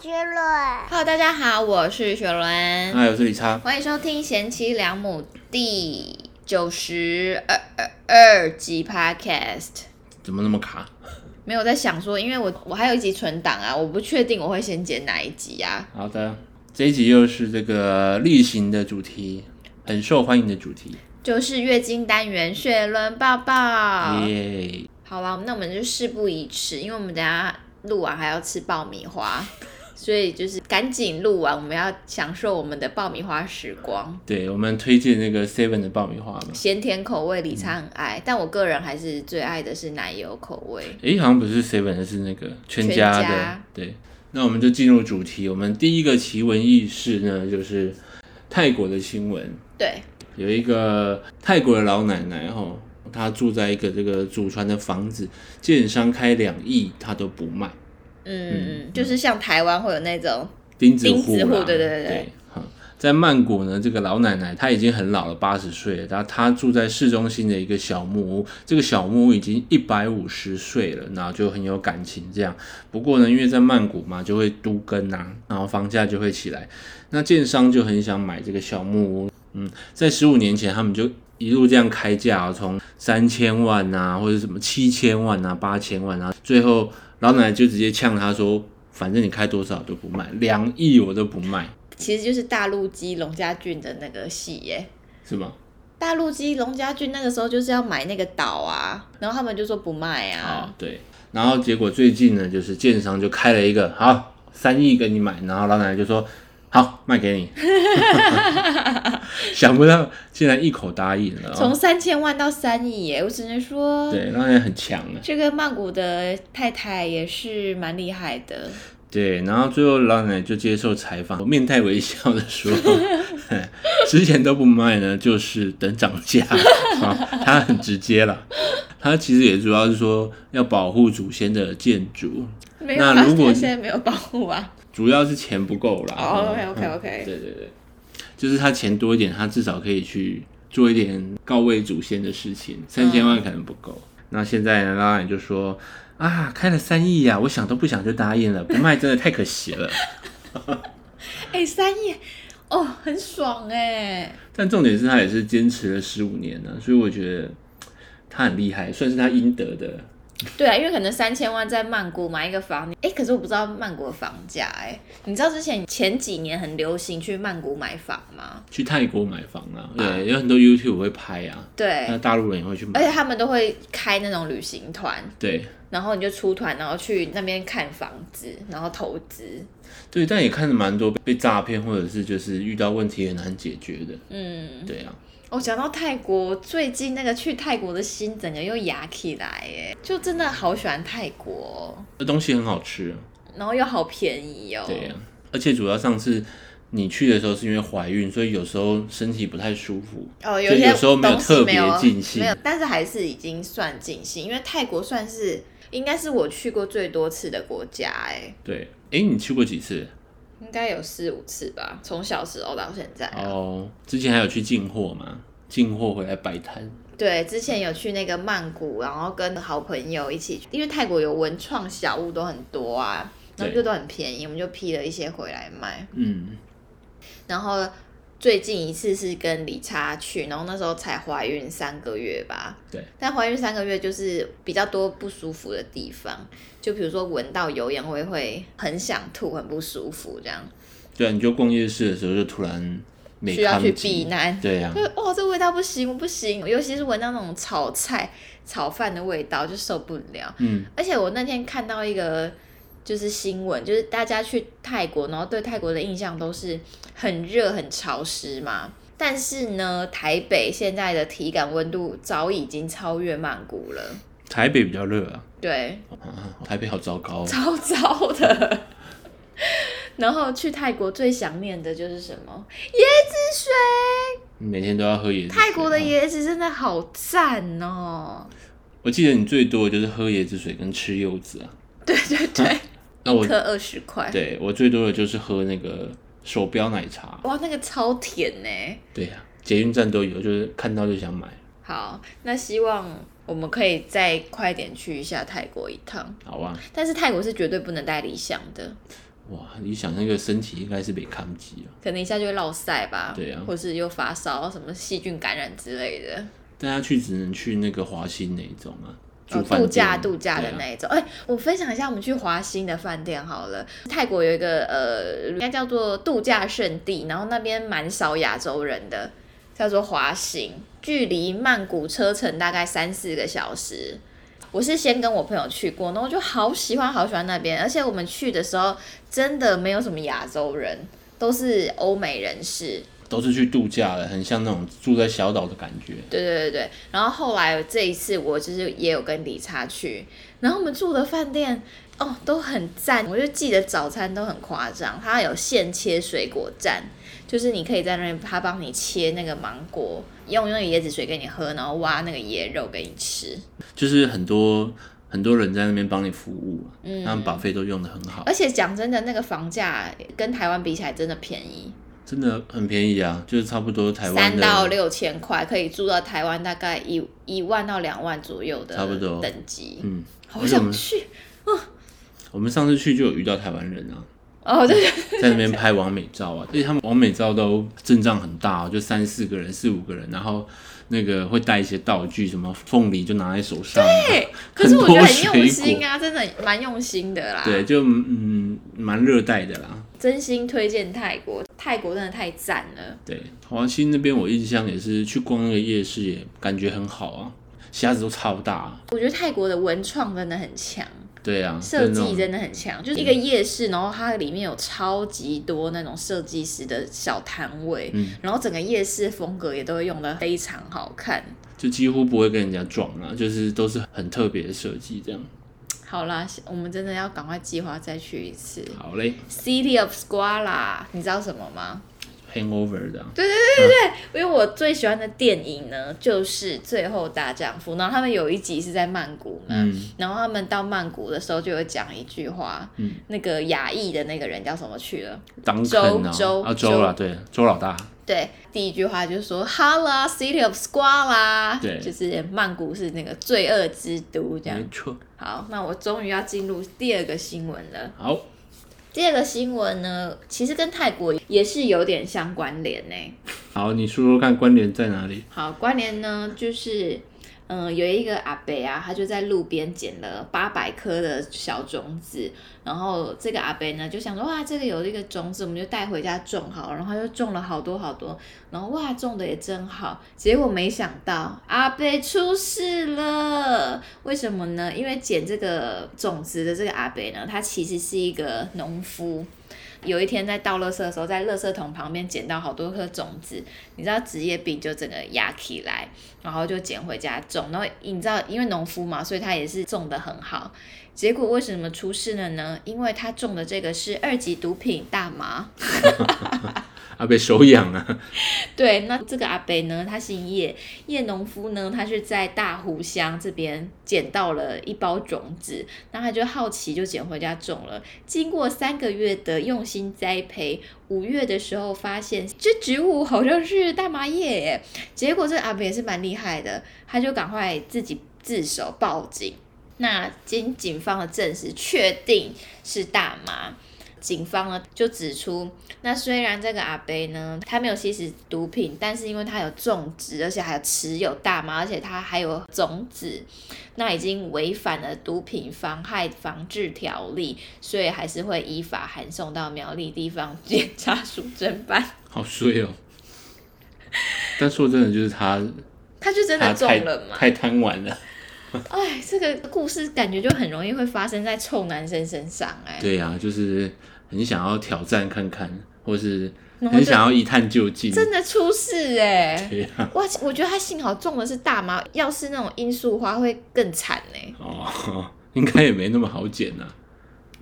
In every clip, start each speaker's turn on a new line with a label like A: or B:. A: 之论，
B: Hello，大家好，我是雪伦，
C: 嗨，我是李昌。
B: 欢迎收听《贤妻良母》第九十二二二集 Podcast。
C: 怎么那么卡？
B: 没有在想说，因为我我还有一集存档啊，我不确定我会先剪哪一集啊。
C: 好的，这一集又是这个例行的主题，很受欢迎的主题。
B: 就是月经单元雪伦抱抱。
C: 耶！
B: 好啦，那我们就事不宜迟，因为我们等一下录完还要吃爆米花，所以就是赶紧录完，我们要享受我们的爆米花时光。
C: 对我们推荐那个 Seven 的爆米花嘛？
B: 咸甜口味
C: 嗯
B: 李昌很爱，但我个人还是最爱的是奶油口味。
C: 诶，好像不是 Seven，是那个全家的。
B: 全家
C: 对，那我们就进入主题。我们第一个奇闻异事呢，就是泰国的新闻。
B: 对，
C: 有一个泰国的老奶奶吼，她住在一个这个祖传的房子，建商开两亿，她都不卖。
B: 嗯，就是像台湾会有那种，
C: 钉子
B: 钉
C: 户
B: 子
C: 啦，
B: 户对对
C: 对
B: 对对
C: 哈在曼谷呢，这个老奶奶她已经很老了，八十岁了。然后她住在市中心的一个小木屋，这个小木屋已经一百五十岁了，然后就很有感情这样。不过呢，因为在曼谷嘛，就会都更啊，然后房价就会起来。那建商就很想买这个小木屋，嗯，在十五年前他们就一路这样开价、啊，从三千万啊，或者什么七千万啊、八千万啊，最后老奶奶就直接呛他说：“反正你开多少我都不卖，两亿我都不卖，
B: 其实就是大陆基龙家俊的那个戏耶。
C: 是吗
B: 大陆基龙家俊那个时候就是要买那个岛啊，然后他们就说不卖？”
C: 啊
B: 啊，，
C: 对。然后结果最近呢，就是建商就开了一个好三亿给你买，然后老奶奶就说：“好，卖给你。”想不到竟然一口答应了、
B: 从
C: 哦，
B: 三千万到三亿耶，我只能说，
C: 对，老奶奶很强啊。
B: 这个曼谷的太太也是蛮厉害的。
C: 对，然后最后老奶奶就接受采访，面带微笑的说：“ 哎之前都不卖呢，就是等涨价。啊”她很直接了，她其实也主要是说要保护祖先的建筑，
B: 没有
C: 那
B: 啊，
C: 如果
B: 他
C: 你
B: 现在没有保护啊。
C: 主要是钱不够啦。
B: 哦
C: 嗯
B: OK，OK，OK
C: 嗯对对对，就是她钱多一点，她至少可以去做一点告慰祖先的事情，三千万可能不够。那现在呢，老奶奶就说：“啊，开了三亿呀、我想都不想就答应了，不卖真的太可惜了。”
B: 哎、三亿，哦，很爽哎。
C: 但重点是他也是坚持了十五年呢、啊所以我觉得他很厉害，算是他应得的。
B: 对啊，因为可能三千万在曼谷买一个房，哎，可是我不知道曼谷的房价哎。你知道之前前几年很流行去曼谷买房吗？
C: 去泰国买房啊，对，有很多 YouTube 会拍啊，
B: 对，哎
C: 那大陆人也会去
B: 而且
C: 买，
B: 他们都会开那种旅行团，
C: 对
B: 然后你就出团，然后去那边看房子，然后投资。
C: 对，但也看了蛮多被诈骗或者是就是遇到问题很难解决的，
B: 嗯，
C: 对啊，
B: 我、讲到泰国，最近那个去泰国的心整个又压起来哎，就真的好喜欢泰国哦，
C: 这东西很好吃、啊，
B: 然后又好便宜哦。
C: 对啊，而且主要上次你去的时候是因为怀孕，所以有时候身体不太舒服，
B: 哦，
C: 就
B: 些
C: 有时候没有
B: 东西
C: 特
B: 没有
C: 别尽兴
B: 没有，但是还是已经算尽兴，因为泰国算是应该是我去过最多次的国家、哎，
C: 对，诶，你去过几次？
B: 应该有四五次吧，从小时候到现在、啊。
C: 哦，之前还有去进货嘛，进货回来摆摊。
B: 对，之前有去那个曼谷，然后跟好朋友一起去，因为泰国有文创小物都很多啊，然后
C: 对
B: 就都很便宜，我们就批了一些回来卖。
C: 嗯，
B: 然后最近一次是跟李查去，然后那时候才怀孕三个月吧。
C: 对。
B: 但怀孕三个月就是比较多不舒服的地方，就比如说闻到油烟味会很想吐，很不舒服这样，
C: 对啊，你就逛夜市的时候就突然没
B: 需要
C: 看
B: 去
C: 景
B: 避难。
C: 对啊呀、
B: 就哦，这味道不行，我不行，尤其是闻到那种炒菜、炒饭的味道就受不了。
C: 嗯，
B: 而且我那天看到一个就是新闻，就是大家去泰国，然后对泰国的印象都是很热、很潮湿嘛。但是呢，台北现在的体感温度早已经超越曼谷了，
C: 台北比较热啊
B: 对，
C: 啊，台北好糟糕、 哦。
B: 超糟的。 然后去泰国最想念的就是什么？椰子水，
C: 你每天都要喝椰子水。
B: 泰国的
C: 啊，
B: 椰子真的好赞哦！
C: 我记得你最多的就是喝椰子水跟吃柚子啊。
B: 对对对，
C: 那我
B: 一颗二十块，
C: 对我最多的就是喝那个手标奶茶。
B: 哇，那个超甜呢、
C: 对呀、捷运站都有，就是看到就想买。
B: 好，那希望我们可以再快点去一下泰国一趟，
C: 好啊，
B: 但是泰国是绝对不能带理想的，
C: 哇，你想那个身体应该是被抗击了。
B: 可能一下就会落晒吧，
C: 对啊
B: 或是又发烧，什么细菌感染之类的，
C: 大家去只能去那个华兴那一种啊，住
B: 呃，
C: 饭
B: 度
C: 店、
B: 假度假的
C: 对啊
B: 那一种。哎、我分享一下我们去华兴的饭店好了。泰国有一个呃，应该叫做度假胜地，然后那边蛮少亚洲人的，叫做华兴，距离曼谷车程大概三四个小时。我是先跟我朋友去过，然后我就好喜欢好喜欢那边，而且我们去的时候真的没有什么亚洲人，都是欧美人士，
C: 都是去度假的，很像那种住在小岛的感觉。
B: 对对对对，然后后来这一次我就是也有跟理查去，然后我们住的饭店哦都很赞，我就记得早餐都很夸张，它有现切水果站，就是你可以在那边他帮你切那个芒果，用那个椰子水给你喝，然后挖那个椰肉给你吃，
C: 就是很多很多人在那边帮你服务、啊，
B: 嗯
C: 他们把费都用的很好，
B: 而且讲真的，那个房价跟台湾比起来真的便宜，
C: 真的很便宜啊，就是差不多台湾
B: 三到
C: 的，
B: 六千块可以住到台湾大概一一万到两万左右的
C: 差不多
B: 等级，
C: 嗯，
B: 好
C: 而且我
B: 想
C: 们
B: 去
C: 我们上次去就有遇到台湾人啊，
B: 哦，对。
C: 在那边拍完美照啊，而 且他们完美照都阵仗很大、哦，就三四个人、四五个人，然后那个会带一些道具，什么凤梨就拿在手上、啊，
B: 对，可是我觉得很
C: 很多
B: 用
C: 水
B: 心啊，真的蛮用心的啦。
C: 对，，就嗯蛮热带的啦。
B: 真心推荐泰国，泰国真的太赞了。
C: 对，华西那边我印象也是去逛那个夜市，也感觉很好啊，虾子都超大、啊，
B: 我觉得泰国的文创真的很强，
C: 对啊，
B: 设
C: 就那
B: 计
C: 种
B: 哦真的很哦强，就是一个夜市，然后它里面有超级多那种设计师的小摊位，然后整个夜市风格也都会用的非常好看。
C: 就几乎不会跟人家撞啦，就是都是很特别的设计这样。
B: 好啦，我们真的要赶快计划再去一次
C: 好嘞
B: City of Squala，你知道什么吗？
C: ，Hangover 的啊、
B: 因为我最喜欢的电影呢，就是《最后大丈夫》，然后他们有一集是在曼谷嘛，
C: 嗯，
B: 然后他们到曼谷的时候就有讲一句话，
C: 嗯
B: 那个亚裔的那个人叫什么去了？
C: 当坑啊，
B: 周
C: 啊
B: 周
C: 周啦，对，周老大，
B: 对，第一句话就说 “Hala City of Squala”，
C: 对嗯
B: 就是曼谷是那个罪恶之都这样
C: 没。错。
B: 好，那我终于要进入第二个新闻了。
C: 好，
B: 第二个新闻呢，其实跟泰国也是有点相关联呢、
C: 好，你说说看关联在哪里？
B: 好，关联呢就是，嗯、有一个阿伯啊，他就在路边捡了八百颗的小种子，然后这个阿伯呢就想说，哇，这个有一个种子，我们就带回家种好，然后他就种了好多好多，然后哇，种的也真好，结果没想到阿伯出事了，为什么呢？因为捡这个种子的这个阿伯呢，他其实是一个农夫。有一天在倒垃圾的时候，在垃圾桶旁边捡到好多颗种子，你知道职业病就整个压起来，然后就捡回家种，然后你知道因为农夫嘛，所以他也是种的很好。结果为什么出事了呢？因为他种的这个是二级毒品大麻。
C: 啊，被手痒啊，
B: 对，那这个阿北呢，他姓叶，叶农夫呢，他是在大湖乡这边捡到了一包种子，那他就好奇就捡回家种了。经过三个月的用心栽培，五月的时候发现这植物好像是大麻叶耶，结果这个阿北也是蛮厉害的，他就赶快自己自首报警。那经警方的证实，确定是大麻。警方呢就指出，那虽然这个阿贝呢，他没有吸食毒品，但是因为他有种植，而且还有持有大麻，而且他还有种子，那已经违反了毒品妨害防治条例，所以还是会依法函送到苗栗地方检察署侦办。
C: 好衰哦。但说真的，就是他，
B: 他就真的
C: 他
B: 中
C: 太
B: 了嘛？
C: 太贪玩了。
B: 哎，这个故事感觉就很容易会发生在臭男生身上哎、
C: 对呀、啊，就是很想要挑战看看，或是
B: 然后
C: 很
B: 就
C: 想要一探究竟。
B: 真的出事哎、
C: 对啊呀、
B: 哇，我觉得他幸好中的是大麻，要是那种罂粟花会更惨哎、
C: 哦， 应该也没那么好捡呐、啊，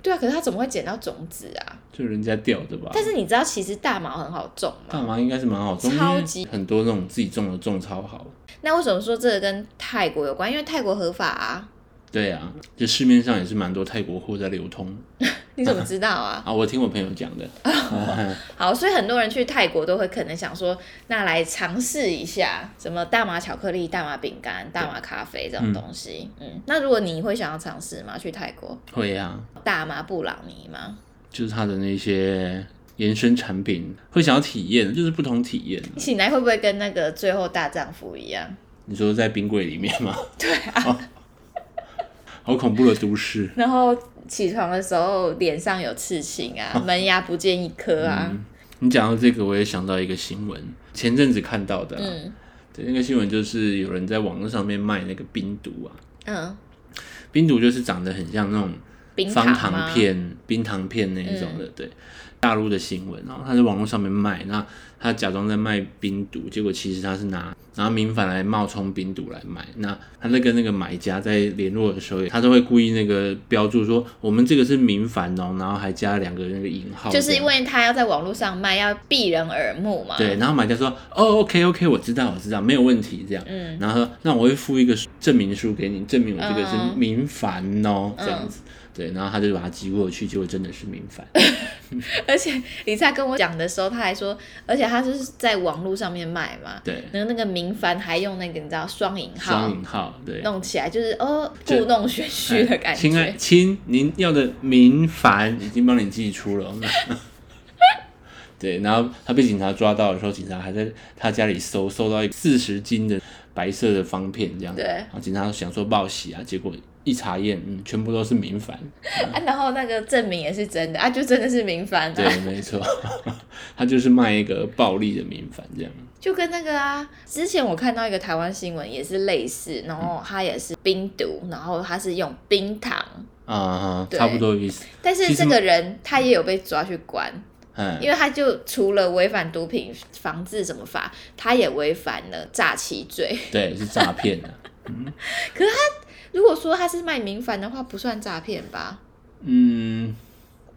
B: 对啊，可是他怎么会捡到种子啊？
C: 就人家掉的吧。
B: 但是你知道，其实大麻很好种嘛。
C: 大麻应该是蛮好种，
B: 超
C: 因为
B: 级
C: 很多那种自己种的种超好。
B: 那为什么说这个跟泰国有关？因为泰国合法啊。
C: 对啊，就市面上也是蛮多泰国货在流通
B: 你怎么知道啊？
C: 啊，我听我朋友讲 的。
B: 好，所以很多人去泰国都会可能想说，那来尝试一下什么大麻巧克力、大麻饼干、大麻咖啡这种东西。嗯那如果你会想要尝试吗？去泰国
C: 会啊，
B: 大麻布朗尼吗？
C: 就是它的那些延伸产品，会想要体验，就是不同体验。
B: 你醒来会不会跟那个最后大丈夫一样？
C: 你说在冰柜里面 吗？哦
B: 对啊，
C: 好恐怖的都市。
B: 然后起床的时候脸上有刺青啊，门牙不见一颗啊，
C: 你讲到这个，我也想到一个新闻，前阵子看到的、啊。
B: 嗯
C: 对，那个新闻就是有人在网络上面卖那个冰毒啊，
B: 嗯，
C: 冰毒就是长得很像那种
B: 冰
C: 方
B: 糖
C: 糖
B: 吗？嗯
C: 片、冰糖片那一种的，对，大陆的新闻，然后他在网络上面卖，那他假装在卖冰毒，结果其实他是拿拿民法来冒充冰毒来卖。那他在跟那个买家在联络的时候，他都会故意那个标注说我们这个是民凡哦，然后还加两个那个引号这
B: 就
C: 样，
B: 是因为他要在网络上卖，要避人耳目嘛。
C: 对，然后买家说哦，OK OK，我知道我知道，没有问题这样。
B: 嗯，
C: 然后他说那我会附一个证明书给你，证明我这个
B: 嗯
C: 是民凡哦，
B: 嗯
C: 这样子。对，然后他就把它寄过去，结果真的是民凡。
B: 而且李灿跟我讲的时候，他还说，而且他就是在网络上面卖嘛，
C: 对，
B: 然后那个明凡还用那个你知道双引号
C: 双引号，对，
B: 弄起来，就是哦
C: 这
B: 故弄玄虚的感
C: 亲爱
B: 觉。
C: 亲，您要的民凡已经帮你寄出了。 对，然后他被警察抓到的时候，警察还在他家里搜，搜到四十斤的白色的方片，这样。
B: 对
C: 然后警察想说报喜啊，结果一查验，嗯，全部都是 民凡。
B: 啊，然后那个证明也是真的啊，就真的是明凡啊，
C: 对，没错， 他就是卖一个暴力的民凡这样。
B: 就跟那个啊，之前我看到一个台湾新闻也是类似，然后它也是冰毒，然后它是用冰糖，
C: 啊、
B: 对
C: 差不多的意思。
B: 但是
C: 其实
B: 这个人他也有被抓去关，
C: 嗯，
B: 因为他就除了违反毒品防治什么法，他也违反了诈欺罪。
C: 对，是诈骗啊的。
B: 如果说他是卖民凡的话，不算诈骗吧？
C: 嗯，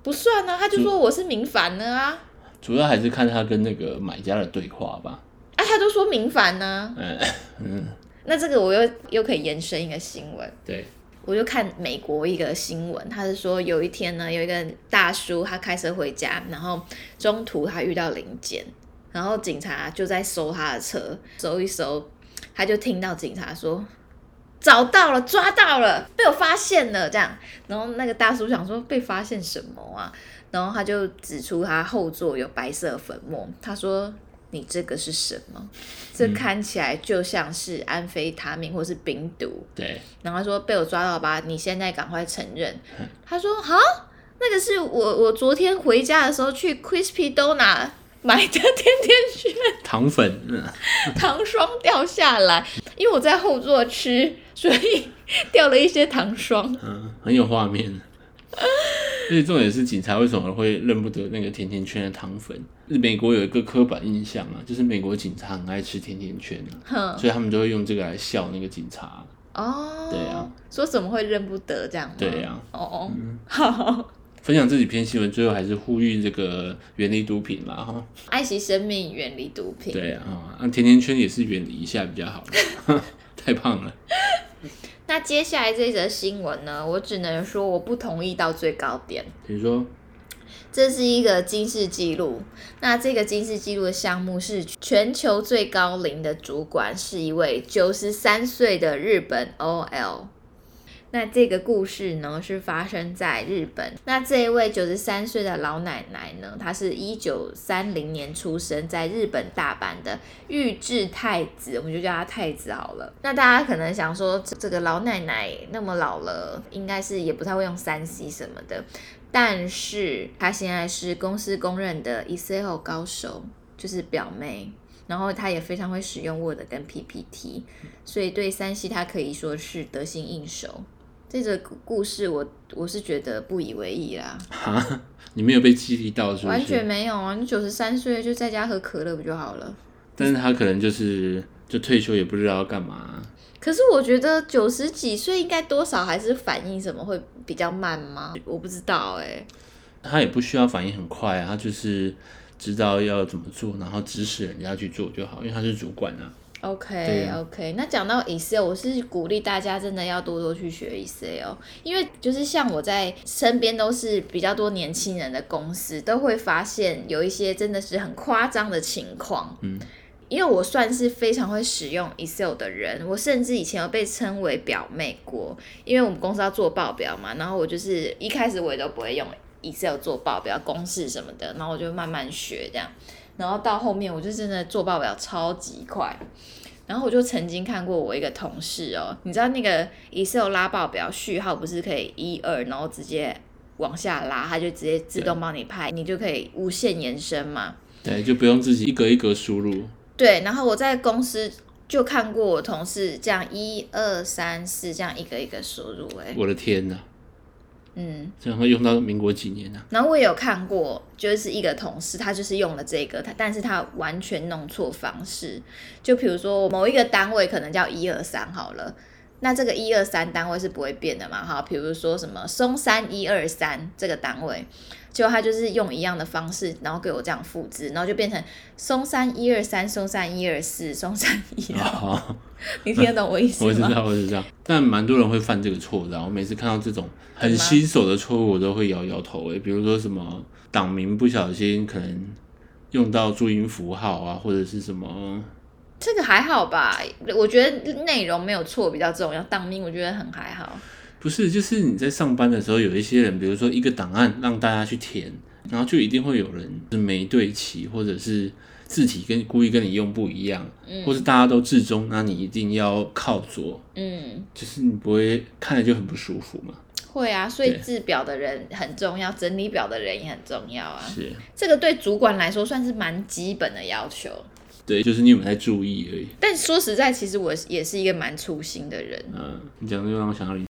B: 不算啊，他就说我是民凡的啊，
C: 主要还是看他跟那个买家的对话吧。
B: 啊，他都说民凡呢、啊
C: 嗯嗯，
B: 那这个我又又可以延伸一个新闻。
C: 对，
B: 我就看美国一个新闻，他是说有一天呢，有一个大叔他开车回家，然后中途他遇到零检，然后警察就在搜他的车，搜一搜，他就听到警察说找到了，抓到了，被我发现了这样。然后那个大叔想说被发现什么啊？然后他就指出他后座有白色粉末，他说你这个是什么？这看起来就像是安非他命或是冰毒。
C: 对，
B: 然后他说被我抓到吧，你现在赶快承认。他说哈，那个是我我昨天回家的时候去 Crispy Donut 买的甜甜
C: 糖粉，嗯，
B: 圈，糖霜掉下来，因为我在后座吃，所以掉了一些糖 霜。
C: 嗯很有画面。而且重点是，警察为什么会认不得那个甜甜圈的糖粉？是美国有一个刻板印象啊，就是美国警察很爱吃甜甜圈啊，
B: 哼，
C: 所以他们就会用这个来笑那个警察啊。
B: 哦，
C: 对啊，
B: 说怎么会认不得这样吗？
C: 对啊，
B: 哦，好，
C: 分享这几篇新闻，最后还是呼吁这个远离毒品啦，哈。
B: 爱惜生命，远离毒品。
C: 对啊，啊，那甜甜圈也是远离一下比较好， 太胖了。
B: 那接下来这则新闻呢，我只能说我不同意到最高点。
C: 比如说，
B: 这是一个金氏纪录。那这个金氏纪录的项目是全球最高龄的主管是一位九十三岁的日本 OL。那这个故事呢，是发生在日本。那这一位九十三岁的老奶奶呢，她是一九三零年出生在日本大阪的玉置太子，我们就叫她太子好了。那大家可能想说，这这个老奶奶那么老了，应该是也不太会用三 C 什么的。但是她现在是公司公认的 Excel 高手，就是表妹。然后她也非常会使用 Word 跟 PPT，所以对三 C 她可以说是得心应手。这个故事我我是觉得不以为意啦，
C: 哈，你没有被激励到是不
B: 完全
C: 是？
B: 没有啊！你九十三岁就在家喝可乐不就好了？
C: 但是他可能就是就退休也不知道要干嘛，
B: 可是我觉得九十几岁应该多少还是反应什么会比较慢吗？我不知道哎、
C: 他也不需要反应很快啊，他就是知道要怎么做，然后指使人家去做就好，因为他是主管啊。对
B: OK
C: 啊
B: OK，那讲到 Excel，我是鼓励大家真的要多多去学 Excel，因为就是像我在身边都是比较多年轻人的公司，都会发现有一些真的是很夸张的情况。
C: 嗯，
B: 因为我算是非常会使用 Excel 的人，我甚至以前有被称为表妹过，因为我们公司要做报表嘛，然后我就是一开始我也都不会用 Excel 做报表、公式什么的，然后我就慢慢学这样，然后到后面我就真的做报表超级快。然后我就曾经看过我一个同事哦，你知道那个 Excel 拉报表序号不是可以一二，然后直接往下拉，它就直接自动帮你拍，你就可以无限延伸嘛。
C: 对，就不用自己一格一格输入。
B: 对，然后我在公司就看过我同事这样一二三四这样一个一个输入、欸，哎，
C: 我的天哪，
B: 嗯，
C: 这样会用到民国几年 啊？
B: 然后我也有看过，就是一个同事，他就是用了这个，他但是他完全弄错方式。就比如说某一个单位可能叫一二三好了，那这个一二三单位是不会变的嘛哈。比如说什么松山一二三这个单位，结果他就是用一样的方式，然后给我这样复制，然后就变成松山一二三、松山一二四、松山一二。
C: 哦，
B: 你听得懂我意思
C: 我知
B: 吗？
C: 道，我知道，但蛮多人会犯这个错的啊、我每次看到这种很
B: 吗
C: 新手的错误，我都会摇摇头、欸诶，比如说什么党名不小心可能用到注音符号啊，或者是什么，
B: 这个还好吧，我觉得内容没有错比较重要，当兵我觉得很还好。
C: 不是，就是你在上班的时候，有一些人，比如说一个档案让大家去填，然后就一定会有人是没对齐，或者是字体跟故意跟你用不一样，或是大家都至中，那你一定要靠左，
B: 嗯。
C: 就是你不会看着就很不舒服嘛。
B: 会啊，所以
C: 对
B: 制表的人很重要，整理表的人也很重要啊。
C: 是，
B: 这个对主管来说算是蛮基本的要求。
C: 对，就是你有没有在注意而已。
B: 但说实在，其实我也是一个蛮粗心的人
C: 嗯，你讲这个让我想到你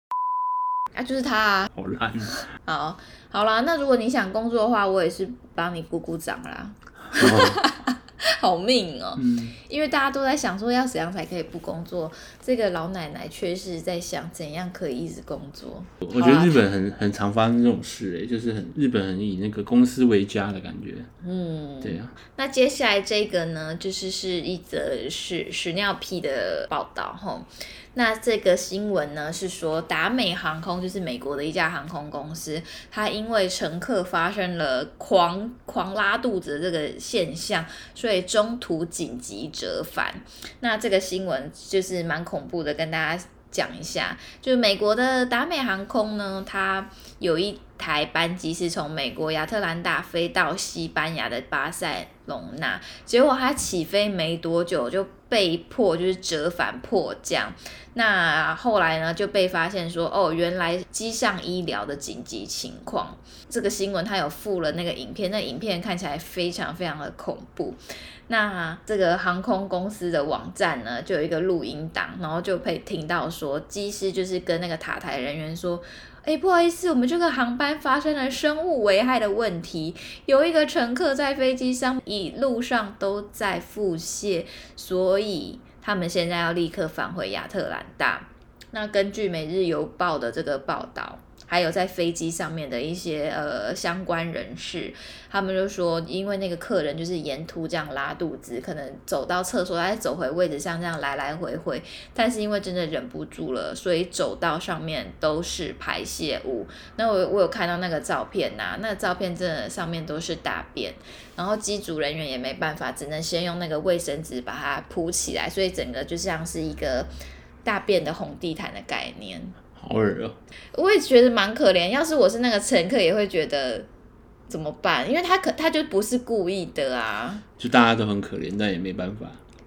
B: 啊，就是他啊。
C: 好烂。
B: 好，好啦，那如果你想工作的话，我也是帮你鼓鼓掌啦。
C: 哦
B: 好命哦，
C: 嗯，
B: 因为大家都在想说要怎样才可以不工作，这个老奶奶却是在想怎样可以一直工作。
C: 我觉得日本很很常发生这种事、欸，就是很日本很以那个公司为家的感觉。
B: 嗯，
C: 对啊，
B: 那接下来这个呢，就是是一则屎屎尿屁的报道吼。那这个新闻呢是说，达美航空就是美国的一家航空公司，它因为乘客发生了狂狂拉肚子的这个现象，所以中途紧急折返。那这个新闻就是蛮恐怖的，跟大家讲一下，就是美国的达美航空呢，它有一台班机是从美国亚特兰大飞到西班牙的巴塞隆纳，结果它起飞没多久就被迫就是折返迫降。那后来呢，就被发现说，哦，原来机上医疗的紧急情况。这个新闻它有附了那个影片，那影片看起来非常非常的恐怖。那这个航空公司的网站呢，就有一个录音档，然后就可以听到说，机师就是跟那个塔台人员说。哎，不好意思，我们这个航班发生了生物危害的问题，有一个乘客在飞机上一路上都在腹泻，所以他们现在要立刻返回亚特兰大。那根据《每日邮报》的这个报道，还有在飞机上面的一些呃相关人士，他们就说，因为那个客人就是沿途这样拉肚子，可能走到厕所，再走回位置上这样来来回回，但是因为真的忍不住了，所以走道上面都是排泄物。那我我有看到那个照片呐、那个照片真的上面都是大便，然后机组人员也没办法，只能先用那个卫生纸把它铺起来，所以整个就像是一个大便的红地毯的概念。
C: 好耳哦、
B: 我也觉得蛮可怜。要是我是那个乘客，也会觉得怎么办？因为他可他就不是故意的啊。
C: 就大家都很可怜，但也没办法。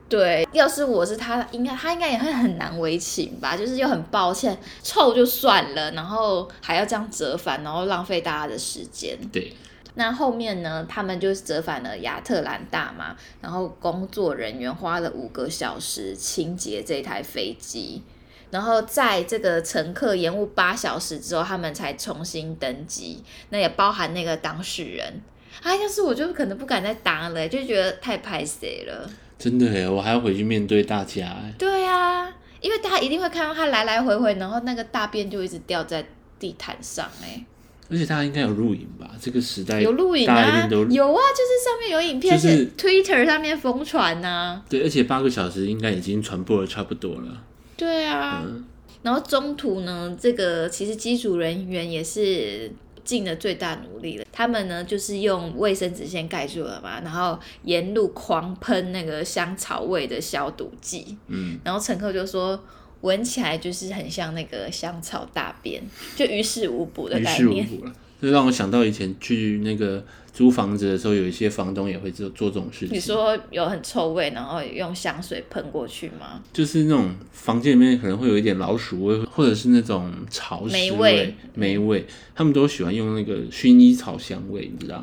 B: 对，要是我是他，应该他应该也会很难为情吧，就是又很抱歉，臭就算了，然后还要这样折返，然后浪费大家的时间。
C: 对，
B: 那后面呢，他们就是折返了亚特兰大嘛，然后工作人员花了五个小时清洁这台飞机，然后在这个乘客延误八小时之后，他们才重新登机，那也包含那个当事人。啊，要是我就可能不敢再搭了，就觉得太拍谁了。
C: 真的耶，我还要回去面对大家耶。
B: 对啊，因为大家一定会看到他来来回回，然后那个大便就一直掉在地毯上、欸，
C: 而且大家应该有录影吧？这个时代
B: 有录影
C: 大家一
B: 啊，
C: 定都
B: 有啊，就是上面有影片，
C: 就是
B: 是 Twitter 上面疯传啊呐、
C: 对，而且八个小时应该已经传播的差不多了。
B: 对啊，
C: 嗯，
B: 然后中途呢，这个其实机组人员也是尽了最大努力了。他们呢，就是用卫生纸先盖住了嘛，然后沿路狂喷那个香草味的消毒剂。
C: 嗯，
B: 然后乘客就说，闻起来就是很像那个香草大便，就于事无补的
C: 于
B: 概
C: 事无
B: 念。
C: 补了。这让我想到以前去那个租房子的时候，有一些房东也会做做这种事情。
B: 你说有很臭味，然后用香水喷过去吗？
C: 就是那种房间里面可能会有一点老鼠味，或者是那种潮湿
B: 霉
C: 味
B: 味、
C: 霉味，他们都喜欢用那个薰衣草香味，你知道？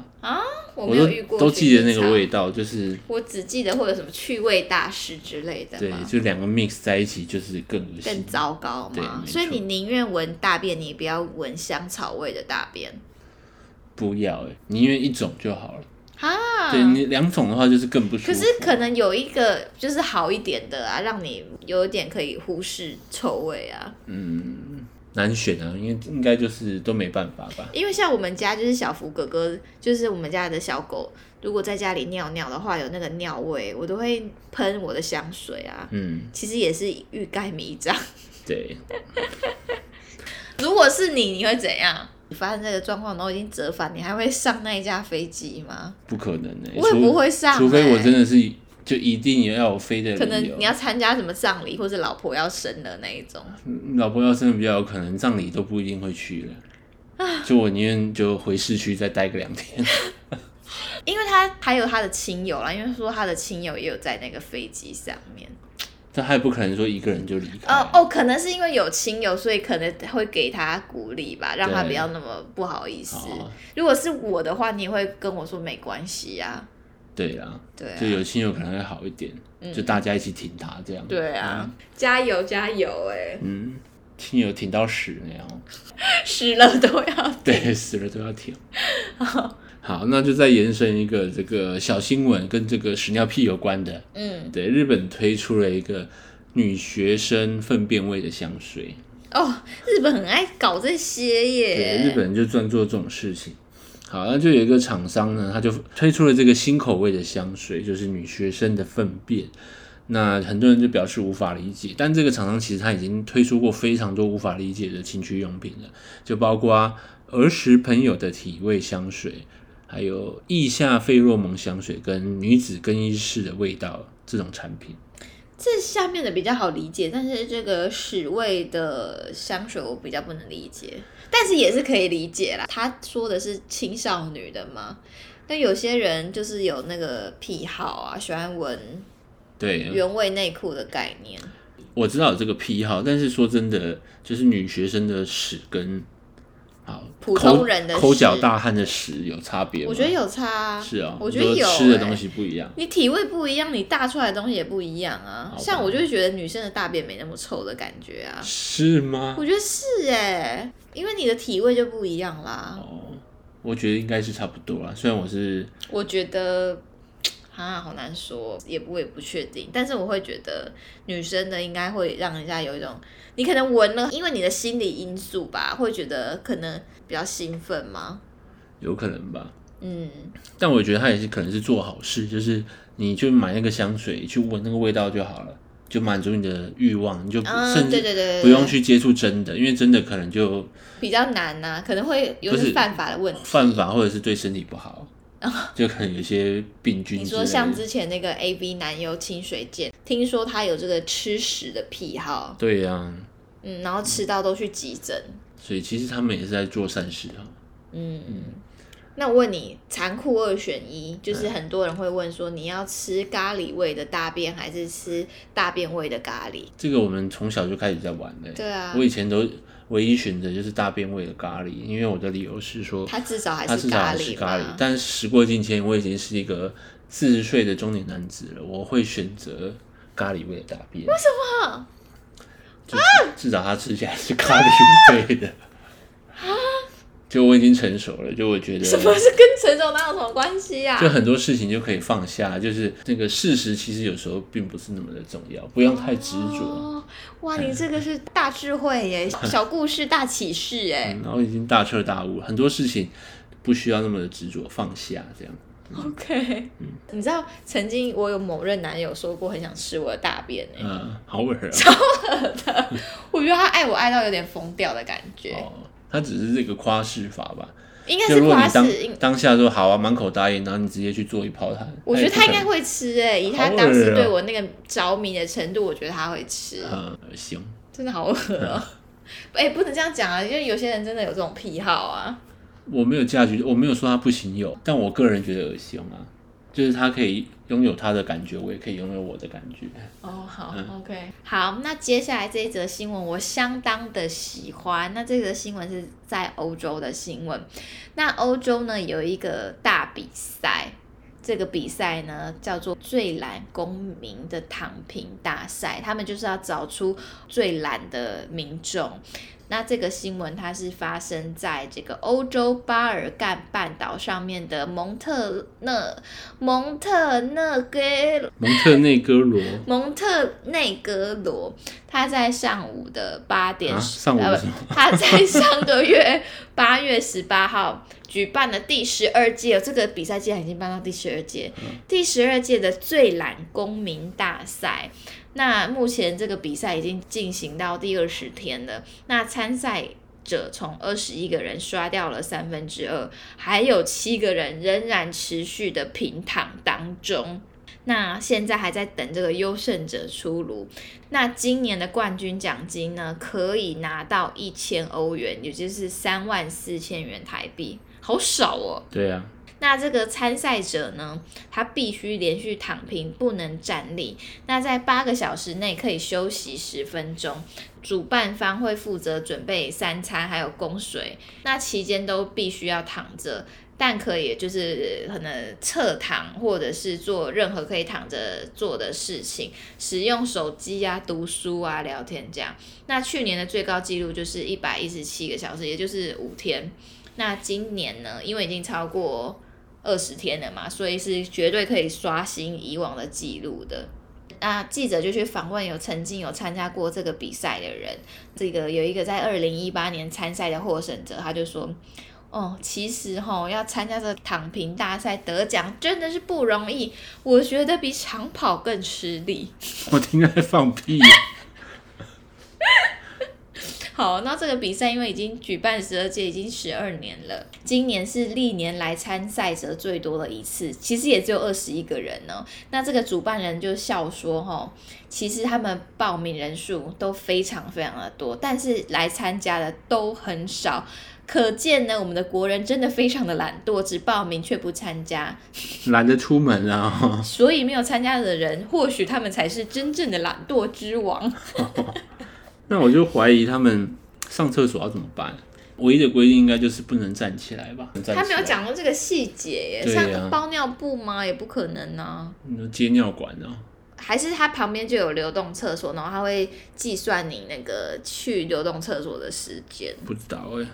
B: 我没有遇
C: 都
B: 过，
C: 都记得那个味，道，就是
B: 我只记得会有什么趣味大师之类的
C: 对，
B: 嘛，
C: 就两个 mix 在一起就是更恶
B: 更
C: 心。
B: 糟糕
C: 对
B: 嘛
C: 没。错
B: 所以你宁愿闻大便，你也不要闻香草味的大便
C: 不要哎、你宁愿一种就好了。
B: 啊。
C: 对你两种的话就是更不舒服。
B: 可是可能有一个就是好一点的啊，让你有一点可以忽视臭味啊。
C: 难选啊，因为应该就是都没办法吧。
B: 因为像我们家就是小福哥哥，就是我们家的小狗，如果在家里尿尿的话，有那个尿味，我都会喷我的香水啊。
C: 嗯，
B: 其实也是欲盖弥彰。
C: 对，
B: 如果是你，你会怎样？你发生这个状况，然后已经折返，你还会上那一架飞机吗？
C: 不可能哎、欸。
B: 我也
C: 除
B: 不会上欸
C: 除非我真的是就一定也要有飞的理由。
B: 可能你要参加什么葬礼，或是老婆要生的那一种。
C: 嗯老婆要生的比较有可能，葬礼都不一定会去了。
B: 啊
C: 就我宁愿就回市区再待个两天。
B: 因为他还有他的亲友啦，因为说他的亲友也有在那个飞机上面。
C: 但他也不可能说一个人就离开。
B: 哦哦，可能是因为有亲友，所以可能会给他鼓励吧，让他
C: 对
B: 不要那么不好意思。
C: 哦
B: 如果是我的话，你也会跟我说没关系啊，
C: 对啦，
B: 对啊
C: 就有亲友可能会好一点，就大家一起挺他这样。
B: 嗯对啊，，加油加油哎、
C: 嗯，亲友挺到死那样。
B: 死了都要。
C: 对，死了都要舔。好，那就再延伸一个这个小新闻，跟这个屎尿屁有关的。
B: 嗯，
C: 对，日本推出了一个女学生粪便味的香水。
B: 哦，日本很爱搞这些
C: 对，日
B: 耶。
C: 本人就专做这种事情。好，那就有一个厂商呢，他就推出了这个新口味的香水，就是女学生的粪便。那很多人就表示无法理解，但这个厂商其实他已经推出过非常多无法理解的情趣用品了，就包括儿时朋友的体味香水，还有腋下费洛蒙香水跟女子更衣室的味道这种产品。
B: 这下面的比较好理解，但是这个屎味的香水我比较不能理解，但是也是可以理解啦。他说的是青少女的嘛，但有些人就是有那个癖好啊，喜欢闻
C: 对，
B: 原味内裤的概念。
C: 我知道有这个癖好，但是说真的，就是女学生的屎跟好
B: 普通人的
C: 抠抠脚
B: 屎
C: 大汉的屎有差别吗？
B: 我觉得有差、啊，
C: 是啊，
B: 我觉得
C: 你
B: 有、
C: 说
B: 欸、
C: 吃的东西不一样。
B: 你体味不一样，你大出来的东西也不一样啊
C: 好。吧
B: 像我就会觉得女生的大便没那么臭的感觉啊，
C: 是吗？
B: 我觉得是哎、因为你的体味就不一样啦。
C: 哦，我觉得应该是差不多啦。虽然我是
B: 我觉得啊，好难说，也不我也不确定，但是我会觉得女生的应该会让人家有一种，你可能闻了，因为你的心理因素吧，会觉得可能比较兴奋嘛。
C: 有可能吧，
B: 嗯，
C: 但我觉得他也是可能是做好事，就是你就买那个香水去闻那个味道就好了，就满足你的欲望，你就不、
B: 啊
C: 甚
B: 对
C: 至
B: 对对，对
C: 不用去接触真的，因为真的可能就
B: 比较难呐、可能会有
C: 不是
B: 点犯法的问题。
C: 犯法或者是对身体 不好，就可能有一些病菌
B: 你
C: 之类的。
B: 说像之前那个 A V 男优清水健，听说他有这个吃屎的癖好，
C: 对呀、
B: 嗯，然后吃到都去急诊，
C: 所以其实他们也是在做善事啊。
B: 嗯。那我问你，残酷二选一，
C: 嗯
B: 就是很多人会问说，你要吃咖喱味的大便，还是吃大便味的咖喱？
C: 这个我们从小就开始在玩嘞、
B: 对啊
C: 嗯我以前都唯一选择就是大便味的咖喱，因为我的理由是说，
B: 它至少还
C: 它至
B: 是
C: 少
B: 咖
C: 还是
B: 喱
C: 咖喱
B: 嘛。。
C: 但是时过境迁，我已经是一个四十岁的中年男子了，我会选择咖喱味的大便。为什么？就是
B: 啊
C: 至少它吃起来是咖喱味的。就我已经成熟了，就我觉得
B: 啊什么是跟陈总哪有什么关系啊呀、
C: 就很多事情就可以放下，就是那个事实其实有时候并不是那么的重要，不用太执着。嗯
B: 哦， 哇，你这个是大智慧耶，小故事大启示哎。
C: 嗯然后已经大彻大悟，很多事情不需要那么的执着，放下这样。
B: OK，、你
C: 嗯
B: 知道曾经我有某任男友说过很想吃我的大便哎、
C: 嗯，好恶 啊！
B: 我觉得他爱我爱到有点疯掉的感觉，
C: 哦，他只是这个夸饰法吧？
B: 应该
C: 就是如果
B: 夸
C: 你当
B: 饰，应
C: 当下说好啊，满口答应，然后你直接去做一泡它，
B: 我觉得他应
C: 也
B: 该
C: 不
B: 会吃哎、以他
C: 好恶
B: 当时
C: 啊
B: 对我那个着迷的程度，我觉得他会吃，
C: 可能嗯行。
B: 真的好恶哦、哎、不能这样讲啊，因为有些人真的有这种癖好啊。
C: 我没有嫁去，我没有说它不行有，但我个人觉得恶心啊，就是它可以拥有它的感觉，我也可以拥有我的感觉。
B: 哦，好、
C: 嗯
B: o k 好，那接下来这一则新闻我相当的喜欢。那这则新闻是在欧洲的新闻。那欧洲呢有一个大比赛，这个比赛呢叫做最懒公民的躺平大赛，他们就是要找出最懒的民众。那这个新闻它是发生在这个欧洲巴尔干半岛上面的蒙特讷蒙特讷哥
C: 蒙特内 哥罗
B: 蒙特内哥罗，他在上午的八点、
C: 啊，上午
B: 呃
C: 为
B: 不
C: 什么？
B: 他在上个月八月十八号举办了第十二届，哦这个比赛竟然已经办到第十二届，第十二届的最懒公民大赛。那目前这个比赛已经进行到第二十天了，那参赛。者从二十一个人刷掉了三分之二，还有七个人仍然持续的平躺当中。那现在还在等这个优胜者出炉。那今年的冠军奖金呢，可以拿到一千欧元，也就是三万四千元台币，好少哦。
C: 对啊，
B: 那这个参赛者呢，他必须连续躺平，不能站立。那在八个小时内可以休息十分钟。主办方会负责准备三餐，还有供水。那期间都必须要躺着，但可以就是可能侧躺，或者是做任何可以躺着做的事情，使用手机啊、读书啊、聊天这样。那去年的最高纪录就是一百一十七个小时，也就是五天。那今年呢，因为已经超过二十天了嘛，所以是绝对可以刷新以往的记录的。那记者就去访问有曾经有参加过这个比赛的人，这个有一个在二零一八年参赛的获胜者，他就说。哦，其实哈、要参加这个躺平大赛得奖真的是不容易，我觉得比长跑更吃力。
C: 我听他在放屁。
B: 好，那这个比赛因为已经举办十二届，已经十二年了，今年是历年来参赛者最多的一次，其实也只有二十一个人哦。那这个主办人就笑说、哦，其实他们报名人数都非常非常的多，但是来参加的都很少。可见呢，我们的国人真的非常的懒惰，只报名却不参加，
C: 懒得出门啊，
B: 所以没有参加的人，或许他们才是真正的懒惰之王。
C: 那我就怀疑他们上厕所要怎么办。唯一的规定应该就是不能站起来吧？
B: 他
C: 他
B: 没有，讲过这个细节耶，
C: 对呀
B: 像包尿布吗？也不可能啊。
C: 你说接尿管啊？
B: 还是他旁边就有流动厕所，然后他会计算你那个去流动厕所的时间。
C: 不知道哎、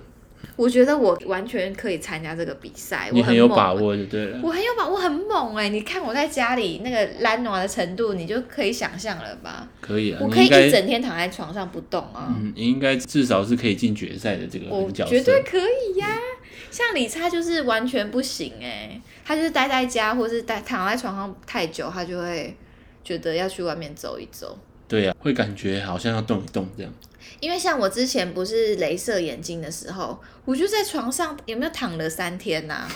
B: 我觉得我完全可以参加这个比赛，哎我
C: 你很有
B: 猛
C: 把，握就对了。
B: 我很有把握，很猛哎、你看我在家里那个懒暖的程度，你就可以想象了吧？
C: 可以啊，
B: 我
C: 你
B: 可以
C: 应该
B: 一整天躺在床上不动啊。
C: 嗯，你应该至少是可以进决赛的这个
B: 我
C: 角色。嗯
B: 绝对可以呀、像李差就是完全不行哎、他就是待在家或是待躺在床上太久，他就会觉得要去外面走一走。
C: 对啊，会感觉好像要动一动这样。
B: 因为像我之前不是镭射眼睛的时候，我就在床上有没有躺了三天呐、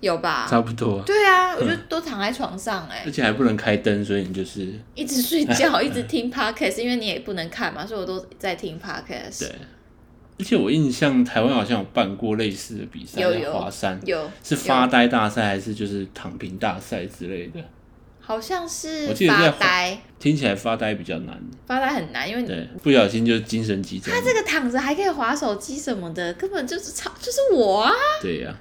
B: 有吧？
C: 差不多啊，
B: 对啊，我就都躺在床上哎、
C: 而且还不能开灯，所以你就是
B: 一直睡觉，一直听 podcast，因为你也不能看嘛，所以我都在听 podcast。
C: 嗯对，。而且我印象台湾好像有办过类似的比赛，
B: 有
C: 在
B: 有
C: 华山
B: 有
C: 是发呆大赛还是就是躺平大赛之类的？
B: 好像是
C: 我记得是在
B: 发
C: 华
B: 呆，
C: 听起来发呆比较难，
B: 发呆很难，因为 你
C: 对，不小心就精神集中。
B: 他这个躺着还可以划手机什么的，根本就是超就是我啊！
C: 对呀、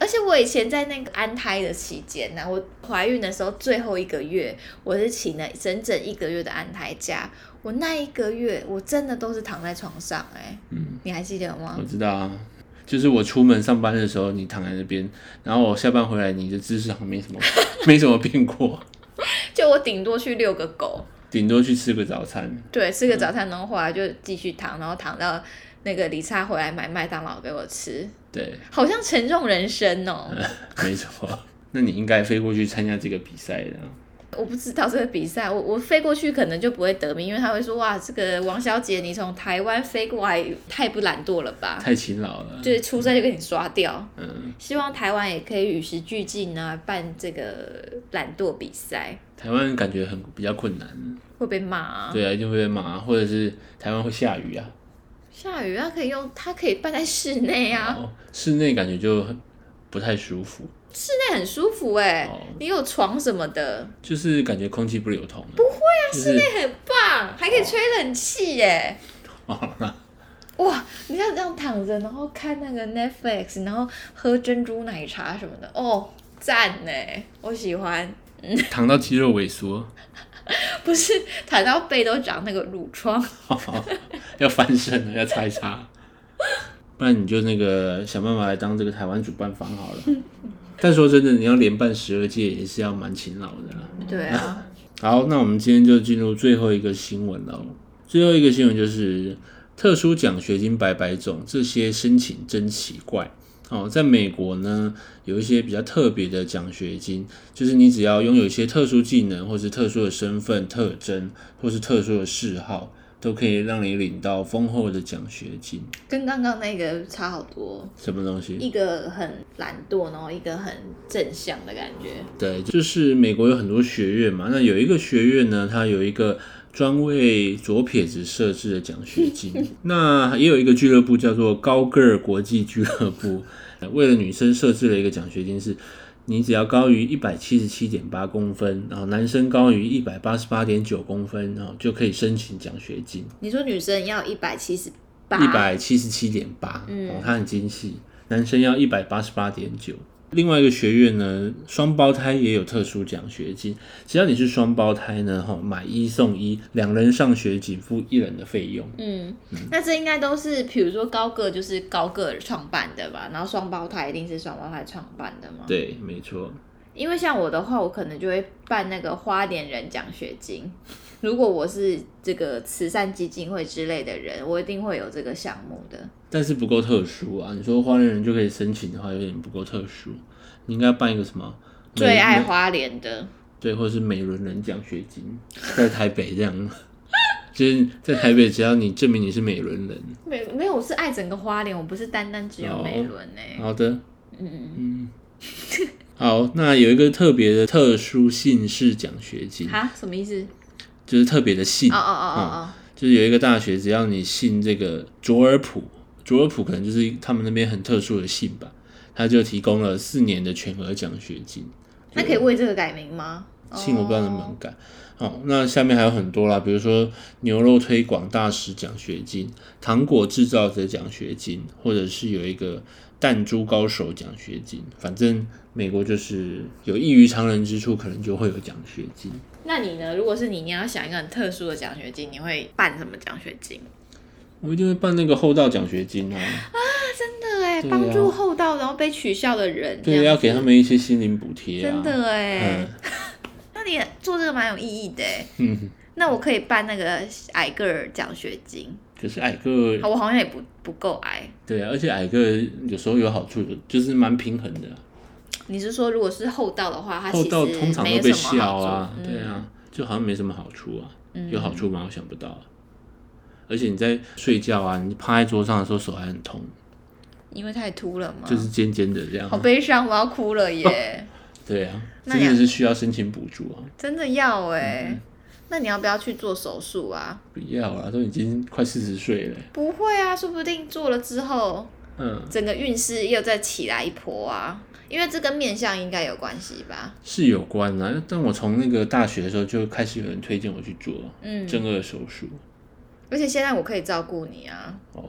B: 而且我以前在那个安胎的期间呢、我怀孕的时候最后一个月，我是请了整整一个月的安胎假。我那一个月我真的都是躺在床上、哎，
C: 嗯，
B: 你还记得吗
C: 我？知道啊。就是我出门上班的时候，你躺在那边，然后我下班回来，你的姿势好像没 什么，没什么变过，
B: 就我顶多去遛个狗，
C: 顶多去吃个早餐。
B: 对，吃
C: 嗯
B: 个早餐，然后后来就继续躺，然后躺到那个李莎回来买麦当劳给我吃，
C: 对，
B: 好像沉重人生
C: 嗯
B: 哦、
C: 没错。那你应该飞过去参加这个比赛的啊。
B: 我不知道这个比赛，我我飞过去可能就不会得名，因为他会说哇，这个王小姐你从台湾飞过来太不懒惰了吧，
C: 太勤劳了。
B: 就是出生就给你刷掉。
C: 嗯，
B: 希望台湾也可以与时俱进啊，办这个懒惰比赛
C: 台湾感觉很比较困难，
B: 会被骂啊。
C: 对啊，一定会被骂，或者是台湾会下雨啊，
B: 下雨它可以用，它可以办在室内啊，
C: 哦，室内感觉就很不太舒服，
B: 室内很舒服哎、
C: 哦
B: 你有床什么的，
C: 就是感觉空气不流通。不会啊，就是
B: 那很棒，还可以吹冷气耶、
C: 哦，那
B: 哇，你像这样躺着，然后看那个 Netflix，然后喝珍珠奶茶什么的，哦，赞呢，我喜欢。
C: 躺到肌肉萎缩，
B: 不是躺到背都长那个褥疮，
C: 要翻身了，要擦一擦。不然你就那个想办法来当这个台湾主办方好了。但说真的，你要连办十二届也是要蛮勤劳的啦。
B: 对啊，
C: 好，那我们今天就进入最后一个新闻了。最后一个新闻就是特殊奖学金百百种，这些申请真奇怪。哦，在美国呢，有一些比较特别的奖学金，就是你只要拥有一些特殊技能，或是特殊的身份特征，或是特殊的嗜好，都可以让你领到丰厚的奖学金。
B: 跟刚刚那个差好多，
C: 什么东西？
B: 一个很懒惰，然后一个很正向的感觉。
C: 对，就是美国有很多学院嘛，那有一个学院呢，它有一个专为左撇子设置的奖学金，那也有一个俱乐部叫做高个儿国际俱乐部， 呃为了女生设置了一个奖学金是。你只要高于一百七十七点八公分，然后男生高于一百八十八点九公分，然后就可以申请奖学金。
B: 你说女生要一百七十八，
C: 一百七十七点八，
B: 嗯
C: 哦，它很精细。男生要一百八十八点九。另外一个学院呢，双胞胎也有特殊奖学金，只要你是双胞胎呢，哈、买一送一，两人上学仅付一人的费用。
B: 嗯，那这应该都是，比如说高个就是高个创办的吧，然后双胞胎一定是双胞胎创办的嘛。
C: 对，没错。
B: 因为像我的话，我可能就会办那个花莲人奖学金。 如果我是这个慈善基金会之类的人，我一定会有这个项目的。
C: 但是不够特殊啊！你说花莲人就可以申请的话，有点不够特殊。你应该办一个什么美
B: 最爱
C: 美
B: 花莲的，
C: 对，或者是美伦人奖学金，在台北这样， 就是在台北，只要你证明你是美伦人，
B: 没没有，我是爱整个花莲，我不是单单只有美伦欸呢、
C: 好的，嗯嗯，好，那有一个特别的特殊姓氏奖学金，
B: 哈，什么意思？
C: 嗯就是特别的姓，
B: 哦哦哦
C: 就是有一个大学，只要你姓这个卓尔普，卓尔普可能就是他们那边很特殊的姓吧，他就提供了四年的全额奖学金。
B: 哦，那可以为这个改名吗？
C: 嗯信我不知道能不
B: 哦
C: 能改。好、那下面还有很多啦，比如说牛肉推广大使奖学金、糖果制造者奖学金，或者是有一个弹珠高手奖学金。反正美国就是有异于常人之处，可能就会有奖学金。
B: 那你呢？如果是你，你要想一个很特殊的奖学金，你会办什么奖学金？
C: 我一定会办那个厚道奖学 金啊，
B: 真的哎、
C: 对啊
B: 帮助厚道然后被取笑的人，这
C: 对，
B: 样
C: 要
B: 子
C: 给他们一些心灵补贴啊。
B: 真的哎、
C: 嗯，
B: 那你做这个蛮有意义的哎、
C: 嗯，
B: 那我可以办那个矮个儿奖学金，
C: 可是矮个
B: 好，我好像也不不够矮。
C: 对啊，而且矮个有时候有好处的，就是蛮平衡的啊、
B: 你是说，如果是厚道的话，他
C: 厚
B: 其
C: 道
B: 实
C: 通常
B: 没
C: 都被
B: 有什么
C: 笑
B: 好处
C: 啊，
B: 嗯
C: 对啊，就好像没什么好处啊，
B: 嗯
C: 有好处吗？我想不到啊、而且你在睡觉啊，你趴在桌上的时候手还很痛，
B: 因为太秃了嘛，
C: 就是尖尖的这样
B: 啊好。悲伤，我要哭了 耶！
C: 对啊，
B: 那
C: 真的是需要申请补助啊！
B: 真的要哎、
C: 嗯
B: 那你要不要去做手术啊？
C: 不要啊，都已经快四十岁了，
B: 不会啊，说不定做了之后，
C: 嗯，
B: 整个运势又再起来一波啊。因为这跟面相应该有关系吧？
C: 是有关啊。但我从那个大学的时候就开始有人推荐我去做
B: 嗯，
C: 正颚手术，
B: 而且现在我可以照顾你啊。
C: 哦，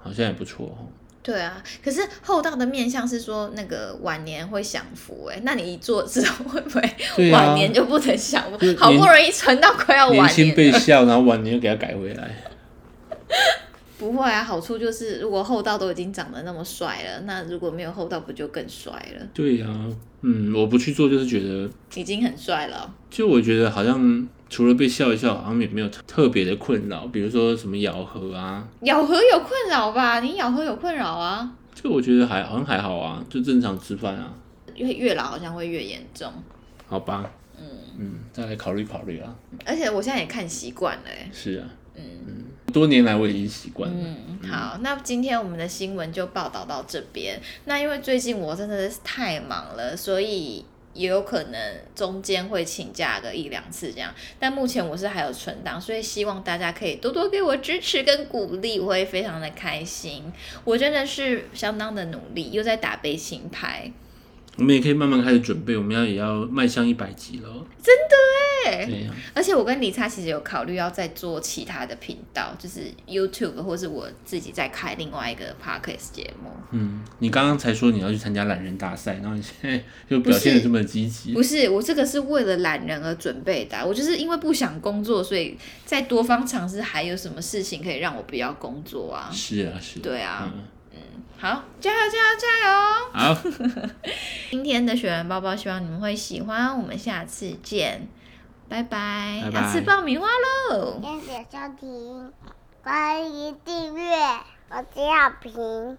C: 好像也不错哦。
B: 对啊，可是厚道的面相是说那个晚年会享福哎、那你一做之后会不
C: 对
B: 会
C: 啊
B: 晚年就不能享福？
C: 就是
B: 好不
C: 年
B: 容易存到快要
C: 年
B: 晚
C: 轻
B: 年，
C: 被笑，然后晚年又给他改回来。
B: 不会啊，好处就是如果厚道都已经长得那么帅了，那如果没有厚道不就更帅了？
C: 对啊，嗯，我不去做就是觉得
B: 已经很帅了，
C: 就我觉得好像除了被笑一笑，好像也没有特特别的困扰，比如说什么咬合啊，
B: 咬合有困扰吧？你咬合有困扰啊？
C: 就我觉得还好像还好啊，就正常吃饭啊，
B: 越越老好像会越严重，
C: 好吧，嗯再来考虑考虑啊，
B: 而且我现在也看习惯了、欸。
C: 是啊，嗯多年来我已经习惯了，
B: 嗯，好，那今天我们的新闻就报道到这边。那因为最近我真的是太忙了，所以也有可能中间会请假个一两次这样。但目前我是还有存档，所以希望大家可以多多给我支持跟鼓励，我会非常的开心。我真的是相当的努力，又在打悲情牌。
C: 我们也可以慢慢开始准备，我们要也要迈向一百集了。真的哎，对呀、
B: 而且我跟李差其实有考虑要再做其他的频道，就是 YouTube 或是我自己再开另外一个 Podcast 节目。
C: 嗯，你刚刚才说你要去参加懒人大赛，然后你现在就表现的这么积极，
B: 不是，我这个是为了懒人而准备的啊、我就是因为不想工作，所以在多方尝试还有什么事情可以让我不要工作啊？
C: 是啊是啊，
B: 对啊，
C: 嗯
B: 好，加油加油加油！
C: 好，
B: 今天的雪人包包，希望你们会喜欢，我们下次见，拜拜！
C: 拜拜
B: 要吃爆米花喽！
A: 谢谢收听，欢迎订阅，我是小平。